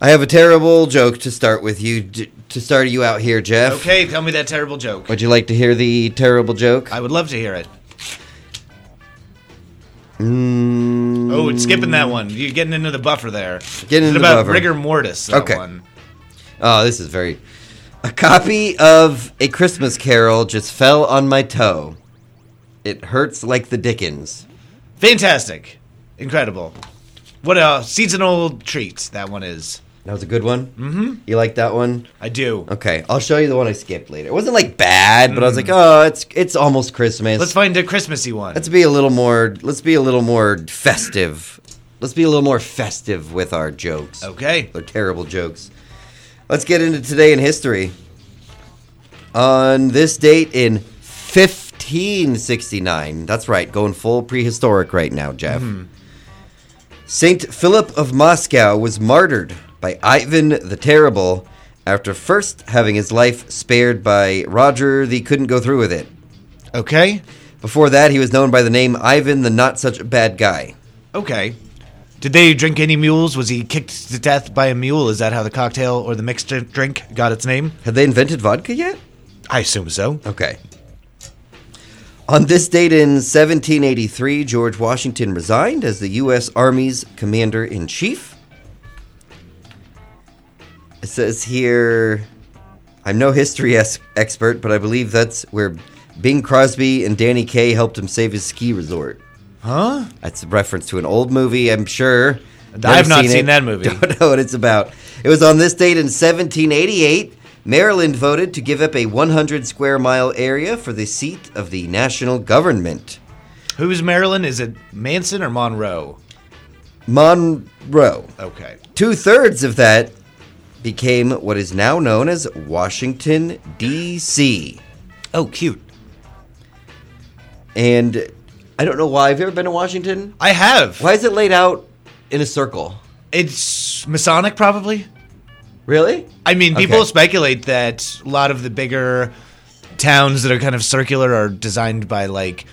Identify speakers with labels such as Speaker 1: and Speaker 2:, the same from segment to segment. Speaker 1: I have a terrible joke to start with you to start you out here, Jeff.
Speaker 2: Okay, tell me that terrible joke.
Speaker 1: Would you like to hear the terrible joke?
Speaker 2: I would love to hear it. Oh, it's skipping that one. You're getting into the buffer there.
Speaker 1: Mm. Getting
Speaker 2: it's
Speaker 1: into the
Speaker 2: about
Speaker 1: buffer.
Speaker 2: rigor mortis. That
Speaker 1: Okay.
Speaker 2: one.
Speaker 1: Oh, this is very. A copy of A Christmas Carol just fell on my toe. It hurts like the Dickens.
Speaker 2: Fantastic, incredible. What a seasonal treat that one is.
Speaker 1: That was a good one. Mm-hmm. You like that one?
Speaker 2: I do.
Speaker 1: Okay, I'll show you the one I skipped later. It wasn't like bad, but I was like, oh, it's it's almost Christmas.
Speaker 2: Mm. Let's find a Christmassy one.
Speaker 1: let's be a little more. Let's be a little more festive. Let's be a little more festive with our
Speaker 2: Oh.
Speaker 1: jokes.
Speaker 2: okay.
Speaker 1: They're terrible jokes. Let's get into today in history. On this date in 1569, that's right, going full prehistoric right now, Jeff. Saint Philip of Moscow was martyred by Ivan the Terrible after first having his life spared by Roger the Couldn't Go Through with It.
Speaker 2: Okay.
Speaker 1: Before that, he was known by the name Ivan the Not Such a Bad Guy.
Speaker 2: Okay. Did they drink any mules? Was he kicked to death by a mule? Is that how the cocktail or the mixed drink got its name?
Speaker 1: Had they invented vodka yet?
Speaker 2: I assume so.
Speaker 1: Okay. On this date in 1783, George Washington resigned as the U.S. Army's commander in chief. It says here, I'm no history es- expert, but I believe that's where Bing Crosby and Danny Kaye helped him save his ski resort.
Speaker 2: Huh?
Speaker 1: That's a reference to an old movie, I'm sure.
Speaker 2: I
Speaker 1: Never
Speaker 2: have not
Speaker 1: it.
Speaker 2: seen that movie.
Speaker 1: Don't know what it's about. It was on this date in 1788. Maryland voted to give up a 100 square mile area for the seat of the national government.
Speaker 2: Who's Marilyn? Is it Manson or Monroe?
Speaker 1: Monroe.
Speaker 2: Okay.
Speaker 1: Two thirds of that became what is now known as Washington, D.C.
Speaker 2: Oh, cute.
Speaker 1: And I don't know why. Have you ever been to Washington?
Speaker 2: I have.
Speaker 1: Why is it laid out in a circle?
Speaker 2: It's Masonic, probably.
Speaker 1: Really?
Speaker 2: I mean, people
Speaker 1: Okay.
Speaker 2: speculate that a lot of the bigger towns that are kind of circular are designed by like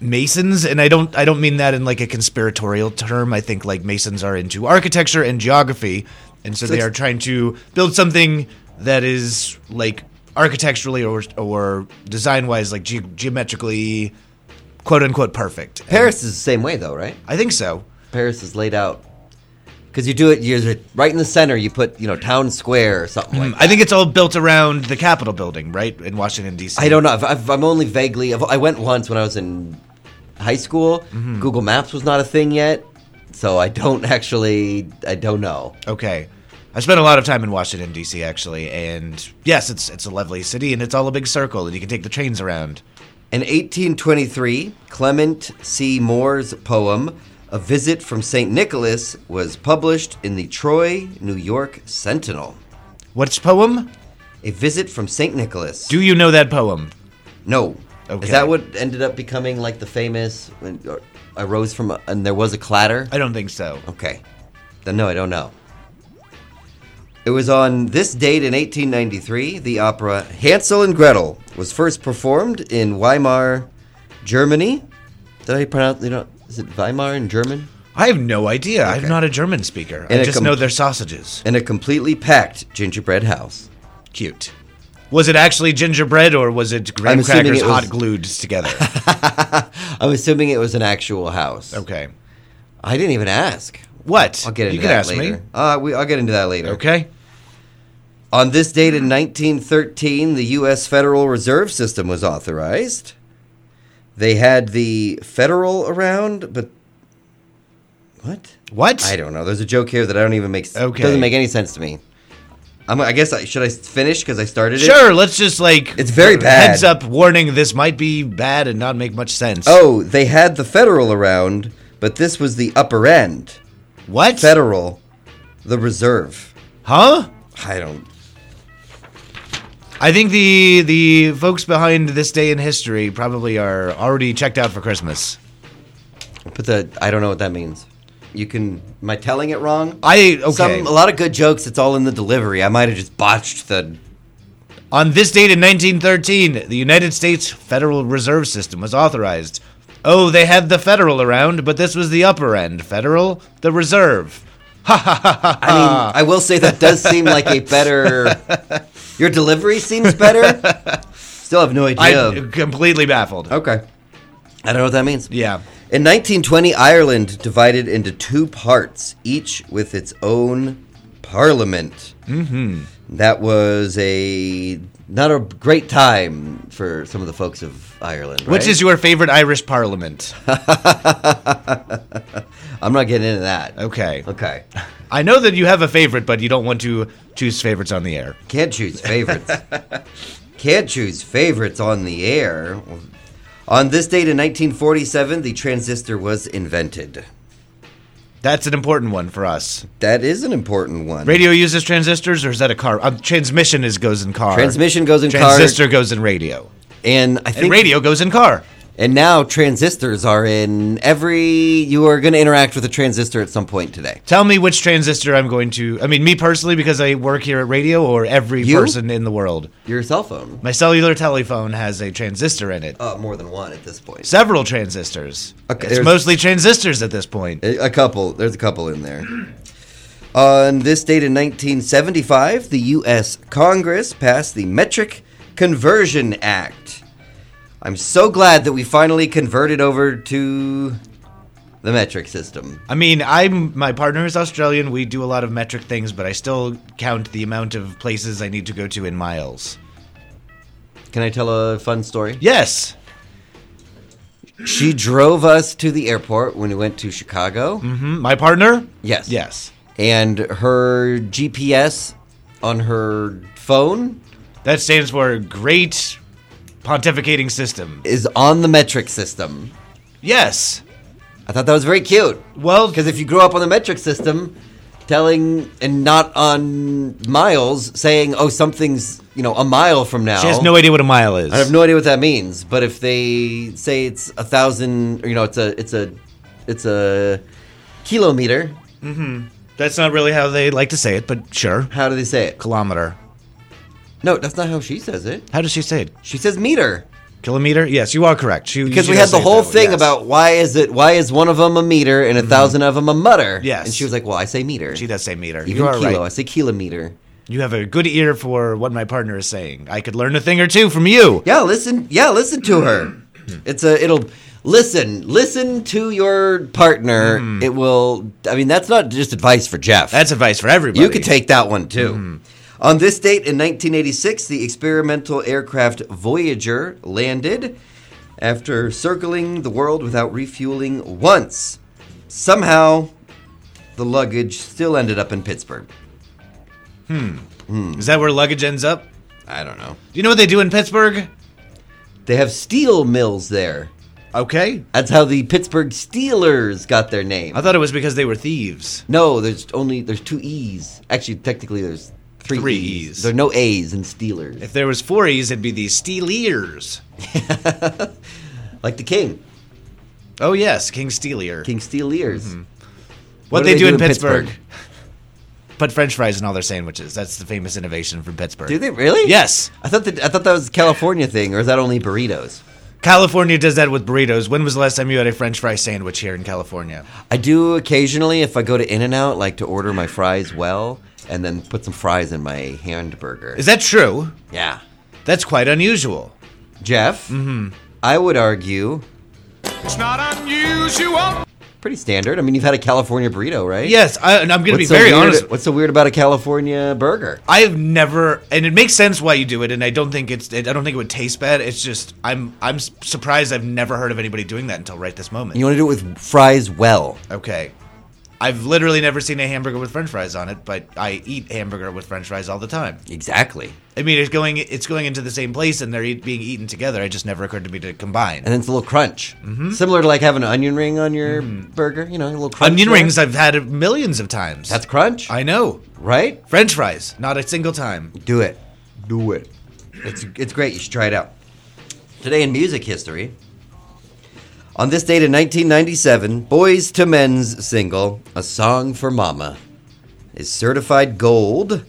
Speaker 2: masons and i don't i don't mean that in like a conspiratorial term i think like masons are into architecture and geography and so, they
Speaker 1: it's-
Speaker 2: are trying to build something that is like architecturally or or design wise like ge- geometrically quote unquote perfect And
Speaker 1: Paris is the same way, though, right?
Speaker 2: i think so
Speaker 1: Paris is laid out. Because you do it, you're right in the center. You put, you know, town square or something like.
Speaker 2: i think it's all built around the capitol building right in washington dc
Speaker 1: I don't know. I've, I've, I'm only vaguely. I've, I went once when I was in high school. Google Maps was not a thing yet, so I don't actually. I don't know.
Speaker 2: Okay. I spent a lot of time in Washington D.C. actually, and yes, it's it's a lovely city, and it's all a big circle, and you can take the trains around.
Speaker 1: In 1823, Clement C. Moore's poem "A Visit from St. Nicholas" was published in the Troy, New York Sentinel.
Speaker 2: What's poem?
Speaker 1: A visit from St. Nicholas.
Speaker 2: Do you know that poem?
Speaker 1: No.
Speaker 2: Okay.
Speaker 1: Is that what ended up becoming like the famous when or, I rose from a, and there was a clatter?
Speaker 2: I don't think so.
Speaker 1: Okay. Then no, I don't know. It was on this date in 1893 the opera Hansel and Gretel was first performed in Weimar, Germany. Did I pronounce you know is it Weimar in German?
Speaker 2: I have no idea. I'm
Speaker 1: Okay.
Speaker 2: not a German speaker.
Speaker 1: And
Speaker 2: I
Speaker 1: it
Speaker 2: just
Speaker 1: com-
Speaker 2: know they're sausages.
Speaker 1: In a completely packed gingerbread house.
Speaker 2: Cute. Was it actually gingerbread or was it graham
Speaker 1: I'm assuming
Speaker 2: crackers
Speaker 1: it was-
Speaker 2: hot glued together?
Speaker 1: I'm assuming it was an actual house.
Speaker 2: okay.
Speaker 1: I didn't even ask.
Speaker 2: What?
Speaker 1: I'll get into
Speaker 2: you can
Speaker 1: that
Speaker 2: ask
Speaker 1: later.
Speaker 2: me.
Speaker 1: Uh, we, I'll get into that later.
Speaker 2: Okay.
Speaker 1: On this date in 1913, the U.S. Federal Reserve System was authorized. They had the federal around, but what?
Speaker 2: What?
Speaker 1: I don't know. There's a joke here that I don't even make. s-
Speaker 2: Okay.
Speaker 1: doesn't make any sense to me. I'm, I guess I should I finish because I started it.
Speaker 2: Sure. Let's just like uh,
Speaker 1: It's very bad.
Speaker 2: Heads up, warning. This might be bad and not make much sense.
Speaker 1: Oh, they had the federal around, but this was the upper end.
Speaker 2: what?
Speaker 1: Federal, the reserve.
Speaker 2: huh?
Speaker 1: I don't.
Speaker 2: I think the the folks behind this day in history probably are already checked out for Christmas.
Speaker 1: But the I don't know what that means. You can. Am I telling it wrong?
Speaker 2: I okay.
Speaker 1: Some a lot of good jokes. It's all in the delivery. I might have just botched the.
Speaker 2: On this date in 1913, the United States Federal Reserve System was authorized. Oh, they had the federal around, but this was the upper end. Federal, the reserve.
Speaker 1: I
Speaker 2: Ah.
Speaker 1: mean, I will say that does seem like a better. Your delivery seems better. Still have no idea.
Speaker 2: I'm completely baffled.
Speaker 1: okay. I don't know what that means.
Speaker 2: Yeah.
Speaker 1: In 1920, Ireland divided into two parts, each with its own parliament. Mm-hmm. That was a not a great time for some of the folks of Ireland.
Speaker 2: Which
Speaker 1: right?
Speaker 2: is your favorite Irish parliament?
Speaker 1: I'm not getting into that.
Speaker 2: Okay.
Speaker 1: Okay.
Speaker 2: I know that you have a favorite, but you don't want to choose favorites on the air.
Speaker 1: Can't choose favorites. Can't choose favorites on the air. On this date in 1947, the transistor was invented.
Speaker 2: That's an important one for us.
Speaker 1: That is an important one.
Speaker 2: Radio uses transistors, or is that a car? Um, transmission is goes in car.
Speaker 1: Transmission goes in cars.
Speaker 2: transistor goes in radio,
Speaker 1: And I think
Speaker 2: and radio goes in car.
Speaker 1: And now transistors are in every. You are going to interact with a transistor at some point today.
Speaker 2: Tell me which transistor I'm going to. I mean, me personally, because I work here at radio, or every
Speaker 1: You?
Speaker 2: person in the world.
Speaker 1: Your cell phone.
Speaker 2: My cellular telephone has a transistor in it.
Speaker 1: Uh, more than one at this point.
Speaker 2: Several transistors.
Speaker 1: Okay,
Speaker 2: it's
Speaker 1: there's-
Speaker 2: mostly transistors at this point.
Speaker 1: A a couple. There's a couple in there. On this date in 1975, the U.S. Congress passed the Metric Conversion Act. I'm so glad that we finally converted over to the metric system.
Speaker 2: I mean, I'm my partner is Australian. We do a lot of metric things, but I still count the amount of places I need to go to in miles.
Speaker 1: Can I tell a fun story?
Speaker 2: Yes.
Speaker 1: She drove us to the airport when we went to Chicago.
Speaker 2: hmm My partner?
Speaker 1: Yes.
Speaker 2: Yes.
Speaker 1: and her GPS on her phone
Speaker 2: That stands for Great Pontificating System.
Speaker 1: is on the metric system.
Speaker 2: Yes.
Speaker 1: I thought that was very cute
Speaker 2: Well,
Speaker 1: because if you grew up on the metric system, telling and not on miles, saying "oh something's you know a mile from now,"
Speaker 2: she has no idea what a mile is.
Speaker 1: I have no idea what that means. But if they say it's a thousand, or, you know, it's a it's a it's a kilometer.
Speaker 2: That's not really how they like to say it, but sure.
Speaker 1: How do they say it?
Speaker 2: Kilometer.
Speaker 1: No, that's not how she says it.
Speaker 2: How does she say it?
Speaker 1: She says meter.
Speaker 2: Kilometer? Yes, you are correct. She-
Speaker 1: Because
Speaker 2: she
Speaker 1: we
Speaker 2: does
Speaker 1: had the
Speaker 2: say it
Speaker 1: whole
Speaker 2: that way,
Speaker 1: thing
Speaker 2: yes. Mm-hmm.
Speaker 1: about why is it why is one of them a meter and a thousand of them a mutter?
Speaker 2: Yes.
Speaker 1: and she was like, "Well, I say meter.
Speaker 2: She does say meter.
Speaker 1: Even
Speaker 2: you are
Speaker 1: kilo. I
Speaker 2: right.
Speaker 1: say kilometer.
Speaker 2: You have a good ear for what my partner is saying. I could learn a thing or two from you.
Speaker 1: Yeah, listen. Yeah, listen to her. it's a. It'll listen. Listen to your partner. It will. I mean, that's not just advice for Jeff.
Speaker 2: That's advice for everybody.
Speaker 1: you could take that one too. On this date in 1986, the experimental aircraft Voyager landed after circling the world without refueling once. Somehow, the luggage still ended up in Pittsburgh.
Speaker 2: Is that where luggage ends up? Do
Speaker 1: I don't know.
Speaker 2: you know what they do in Pittsburgh?
Speaker 1: They have steel mills there.
Speaker 2: Okay.
Speaker 1: That's how the Pittsburgh Steelers got their name.
Speaker 2: I thought it was because they were thieves.
Speaker 1: No, there's only there's two E's. Actually, technically, there's three,
Speaker 2: Three
Speaker 1: E's.
Speaker 2: E's.
Speaker 1: There are no A's in Steelers.
Speaker 2: If there was four E's, it'd be the Steelers.
Speaker 1: like the King,
Speaker 2: Oh yes, King Steelier.
Speaker 1: King Steelers.
Speaker 2: Mm-hmm. what,
Speaker 1: do
Speaker 2: they, do, in Pittsburgh? Put French fries in all their sandwiches. That's the famous innovation from Pittsburgh.
Speaker 1: Do they really?
Speaker 2: Yes.
Speaker 1: I thought that I thought that was a California thing, or is that only burritos?
Speaker 2: California does that with burritos. When was the last time you had a French fry sandwich here in California?
Speaker 1: I do occasionally if I go to In and Out, like to order my fries well, and then put some fries in my hamburger.
Speaker 2: Is that true?
Speaker 1: yeah,
Speaker 2: That's quite unusual.
Speaker 1: Jeff.
Speaker 2: Mm-hmm.
Speaker 1: I would argue
Speaker 3: It's not unusual.
Speaker 1: pretty standard. I mean, you've had a California burrito, right?
Speaker 2: Yes, I, and I'm going to be
Speaker 1: What's so
Speaker 2: very
Speaker 1: weird-
Speaker 2: honest.
Speaker 1: What's so weird about a California burger?
Speaker 2: I have never, and it makes sense why you do it, and I don't think it's, I don't think it would taste bad. It's just I'm, I'm s- surprised I've never heard of anybody doing that until right this moment.
Speaker 1: You want to do it with fries well.
Speaker 2: okay, I've literally never seen a hamburger with French fries on it, but I eat hamburger with French fries all the time.
Speaker 1: Exactly.
Speaker 2: I mean, it's going, it's going into the same place, and they're eat, being eaten together. It just never occurred to me to combine.
Speaker 1: And then it's a little crunch.
Speaker 2: Mm-hmm.
Speaker 1: Similar to like having an onion ring on your burger, you know, a little crunch.
Speaker 2: Mm. Onion
Speaker 1: there.
Speaker 2: rings I've had millions of times.
Speaker 1: That's crunch,
Speaker 2: I know.
Speaker 1: right?
Speaker 2: French fries, not a single time.
Speaker 1: Do it. Do it. It's it's great. You should try it out. Today in music history, on this date in 1997, Boys to Men's single "A Song for Mama" is certified gold,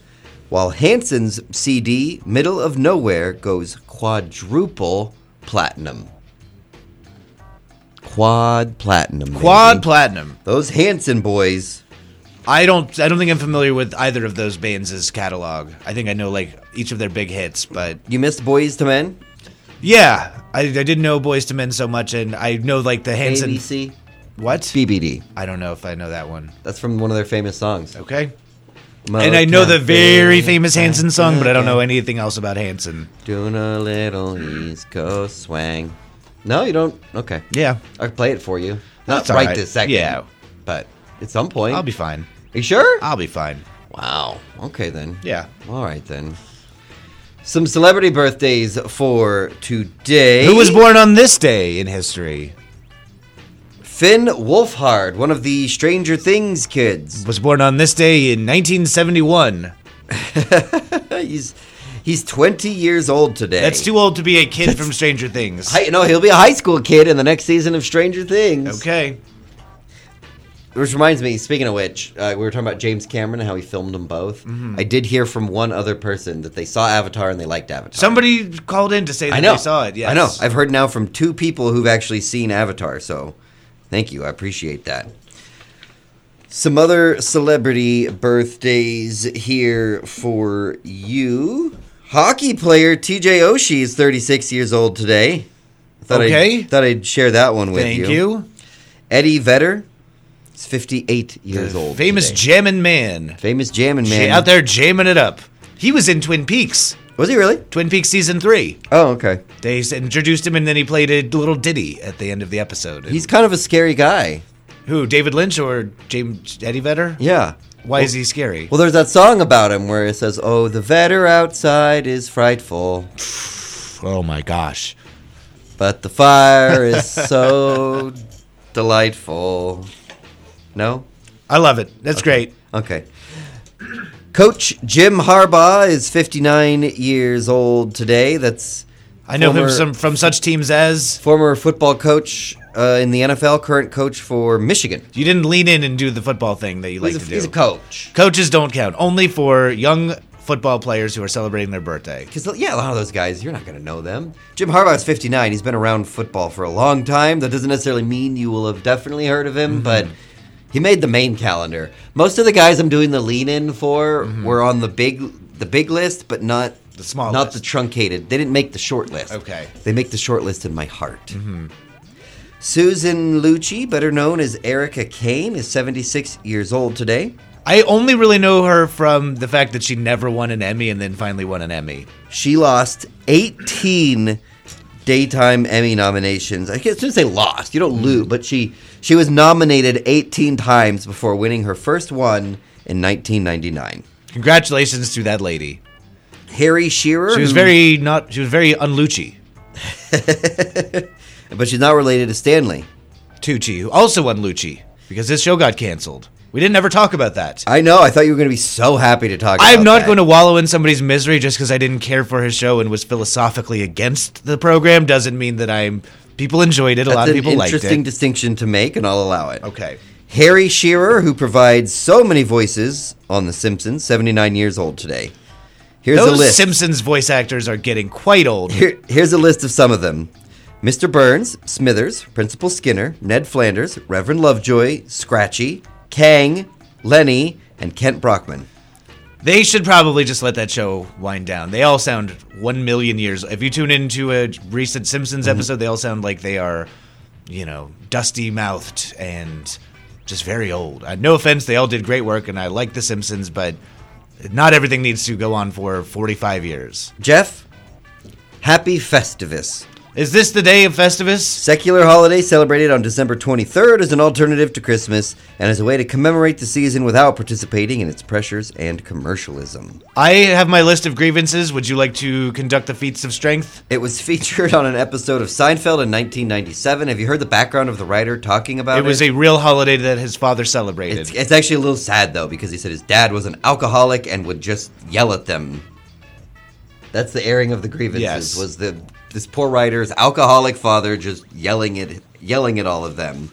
Speaker 1: while Hanson's CD "Middle of Nowhere" goes quadruple platinum. Quad platinum.
Speaker 2: Quad
Speaker 1: baby.
Speaker 2: platinum.
Speaker 1: Those Hanson boys
Speaker 2: I don't. I don't think I'm familiar with either of those bands' catalog. I think I know like each of their big hits, but
Speaker 1: You missed Boys to Men,
Speaker 2: yeah, I, I didn't know Boys to Men so much, and I know like the Hanson.
Speaker 1: ABC,
Speaker 2: What?
Speaker 1: BBD.
Speaker 2: I don't know if I know that one.
Speaker 1: That's from one of their famous songs.
Speaker 2: Okay. and I know the very famous Hanson song, but I don't know anything else about Hanson.
Speaker 1: Doing a little East Coast swang. No, you don't. Okay,
Speaker 2: Yeah,
Speaker 1: I can play it for you. Not
Speaker 2: That's all
Speaker 1: right,
Speaker 2: right.
Speaker 1: this second.
Speaker 2: Yeah.
Speaker 1: but at some point,
Speaker 2: I'll be fine.
Speaker 1: Are you sure?
Speaker 2: I'll be fine.
Speaker 1: Wow. Okay then.
Speaker 2: Yeah.
Speaker 1: All right then. Some celebrity birthdays for today.
Speaker 2: Who was born on this day in history?
Speaker 1: Finn Wolfhard, one of the Stranger Things kids.
Speaker 2: Was born on this day in 1971.
Speaker 1: he's he's 20 years old today.
Speaker 2: That's too old to be a kid from Stranger Things.
Speaker 1: Hi, no, he'll be a high school kid in the next season of Stranger Things.
Speaker 2: Okay.
Speaker 1: Which reminds me, speaking of which, uh, we were talking about James Cameron and how he filmed them both.
Speaker 2: Mm-hmm.
Speaker 1: I did hear from one other person that they saw Avatar and they liked Avatar.
Speaker 2: Somebody called in to say that
Speaker 1: I know.
Speaker 2: they saw it. Yes.
Speaker 1: I know. I've heard now from two people who've actually seen Avatar, so thank you. I appreciate that. Some other celebrity birthdays here for you. Hockey player TJ Oshie is 36 years old today. Thought
Speaker 2: Okay.
Speaker 1: I'd, thought I'd share that one with
Speaker 2: Thank
Speaker 1: you.
Speaker 2: you.
Speaker 1: Eddie Vedder is 58 years old.
Speaker 2: Famous
Speaker 1: today.
Speaker 2: jamming man.
Speaker 1: famous jamming man.
Speaker 2: J- Out there jamming it up. He was in Twin Peaks.
Speaker 1: Was he really?
Speaker 2: Twin Peaks season three.
Speaker 1: Oh, okay.
Speaker 2: They s- introduced him and then he played a little ditty at the end of the episode.
Speaker 1: He's kind of a scary guy.
Speaker 2: Who? David Lynch or James Eddie Vedder?
Speaker 1: Yeah.
Speaker 2: Why
Speaker 1: Well-
Speaker 2: is he scary?
Speaker 1: Well, there's that song about him where it says, "Oh, the vetter outside is frightful,
Speaker 2: oh my gosh.
Speaker 1: but the fire is so delightful." No,
Speaker 2: I love it. That's great.
Speaker 1: okay. Coach Jim Harbaugh is 59 years old today. That's
Speaker 2: I know
Speaker 1: Former-
Speaker 2: him some, from such teams as.
Speaker 1: former football coach uh, in the NFL, current coach for Michigan.
Speaker 2: You didn't lean in and do the football thing that you like
Speaker 1: he's,
Speaker 2: to
Speaker 1: a,
Speaker 2: do.
Speaker 1: he's a coach.
Speaker 2: Coaches don't count. Only for young football players who are celebrating their birthday.
Speaker 1: Because yeah, a lot of those guys, you're not going to know them. Jim Harbaugh's 59. He's been around football for a long time. That doesn't necessarily mean you will have definitely heard of
Speaker 2: Mm-hmm.
Speaker 1: him, but he made the main calendar. Most of the guys I'm doing the lean-in for were on the big the big list, but not
Speaker 2: Mm-hmm. The small
Speaker 1: not
Speaker 2: list.
Speaker 1: the truncated. They didn't make the short list.
Speaker 2: Okay. Mm-hmm.
Speaker 1: they make the short list in my heart. Susan Lucci, better known as Erica Kane, is 76 years old today.
Speaker 2: I only really know her from the fact that she never won an Emmy and then finally won an Emmy.
Speaker 1: She lost 18 daytime Emmy nominations. I guess shouldn't say lost. You don't
Speaker 2: Mm-hmm.
Speaker 1: lose, but she she was nominated 18 times before winning her first one in 1999.
Speaker 2: Congratulations to that lady.
Speaker 1: Harry Shearer.
Speaker 2: She was
Speaker 1: who-
Speaker 2: very not. She was very unlucci.
Speaker 1: but she's not related to Stanley.
Speaker 2: Tucci, who also won Lucci because his show got canceled. We didn't ever talk about that.
Speaker 1: I know. I thought you were going to be so happy to talk.
Speaker 2: I'm
Speaker 1: about
Speaker 2: not
Speaker 1: that.
Speaker 2: going to wallow in somebody's misery just because I didn't care for his show and was philosophically against the program. Doesn't mean that I'm. People enjoyed it. A
Speaker 1: That's
Speaker 2: lot of people
Speaker 1: an
Speaker 2: liked
Speaker 1: interesting
Speaker 2: it.
Speaker 1: distinction to make, and I'll allow it.
Speaker 2: okay.
Speaker 1: Harry Shearer, who provides so many voices on The Simpsons, 79 years old today. Here's a
Speaker 2: Those
Speaker 1: list.
Speaker 2: Simpsons voice actors are getting quite old.
Speaker 1: Here, here's a list of some of them Mr. Burns, Smithers, Principal Skinner, Ned Flanders, Reverend Lovejoy, Scratchy, Kang, Lenny, and Kent Brockman.
Speaker 2: They should probably just let that show wind down. They all sound one million years. If you tune into a recent Simpsons
Speaker 1: Mm-hmm.
Speaker 2: episode, they all sound like they are, you know, dusty mouthed and just very old. Uh, no offense, they all did great work, and I like The Simpsons, but not everything needs to go on for 45 years.
Speaker 1: Jeff, Happy Festivus.
Speaker 2: Is this the day of Festivus?
Speaker 1: Secular holiday celebrated on December 23rd as an alternative to Christmas and as a way to commemorate the season without participating in its pressures and commercialism.
Speaker 2: I have my list of grievances. Would you like to conduct the feats of strength?
Speaker 1: It was featured on an episode of Seinfeld in 1997. Have you heard the background of the writer talking about it?
Speaker 2: It was a real holiday that his father celebrated.
Speaker 1: It's, it's actually a little sad though because he said his dad was an alcoholic and would just yell at them. That's the airing of the grievances.
Speaker 2: Yes.
Speaker 1: Was the this poor writer's alcoholic father just yelling at yelling at all of them?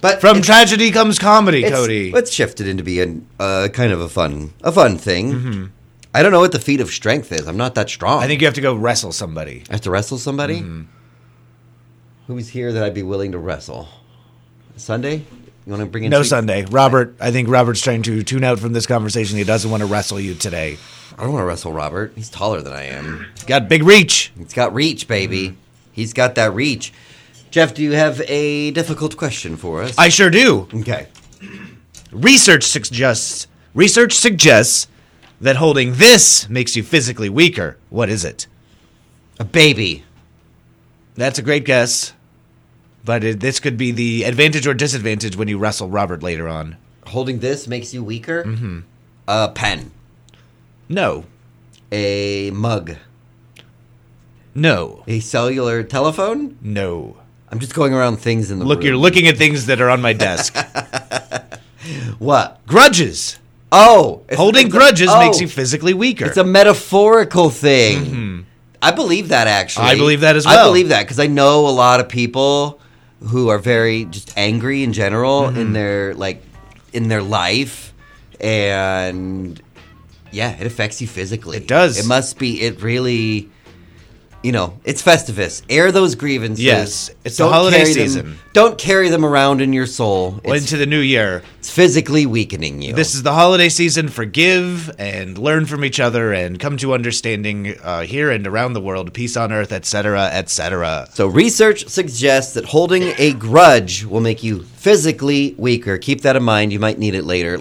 Speaker 1: But
Speaker 2: From
Speaker 1: it's-
Speaker 2: tragedy comes comedy,
Speaker 1: it's-
Speaker 2: Cody.
Speaker 1: it's shifted into being uh, kind of a fun a fun thing. I don't know what the feat of strength is. I'm not that strong.
Speaker 2: Mm-hmm. I think Mm-hmm. you have to go wrestle somebody.
Speaker 1: I have to wrestle somebody. Who's here that I'd be willing to wrestle? Sunday? You want to bring in
Speaker 2: No
Speaker 1: Cheek?
Speaker 2: Sunday. Robert, I think Robert's trying to tune out from this conversation. He doesn't want to wrestle you today.
Speaker 1: I don't want to wrestle Robert. He's taller than I am.
Speaker 2: He's got big reach.
Speaker 1: He's got reach,
Speaker 2: Mm-hmm.
Speaker 1: baby. He's got that reach. Jeff, do you have a difficult question for us?
Speaker 2: I sure do.
Speaker 1: okay.
Speaker 2: Research suggests research suggests that holding this makes you physically weaker. What is it?
Speaker 1: A baby.
Speaker 2: That's a great guess, but it, this could be the advantage or disadvantage when you wrestle Robert later on.
Speaker 1: Holding this makes you weaker? Mm-hmm. A pen.
Speaker 2: No,
Speaker 1: A mug.
Speaker 2: no,
Speaker 1: A cellular telephone?
Speaker 2: no.
Speaker 1: I'm just going around things in the
Speaker 2: Look,
Speaker 1: room.
Speaker 2: you're looking at things that are on my desk.
Speaker 1: What?
Speaker 2: grudges.
Speaker 1: Oh, it's-
Speaker 2: Holding
Speaker 1: it's a-
Speaker 2: grudges
Speaker 1: oh,
Speaker 2: makes you physically weaker.
Speaker 1: It's a metaphorical thing. I believe that actually.
Speaker 2: Mm-hmm. I believe that as
Speaker 1: I
Speaker 2: well.
Speaker 1: believe that because I know a lot of people who are very just angry in general
Speaker 2: Mm-hmm.
Speaker 1: in their like in their life, and yeah, it affects you physically. It
Speaker 2: does.
Speaker 1: It must be. It really. You know, it's Festivus. Air those grievances.
Speaker 2: Yes, it's the holiday
Speaker 1: carry them-
Speaker 2: season.
Speaker 1: Don't carry them around in your soul.
Speaker 2: Well,
Speaker 1: It's,
Speaker 2: into the new year.
Speaker 1: it's physically weakening you.
Speaker 2: This is the holiday season. Forgive and learn from each other and come to understanding uh, here and around the world. Peace on earth, etc., etc.
Speaker 1: So research suggests that holding a grudge will make you physically weaker. Keep that in mind. You might need it later.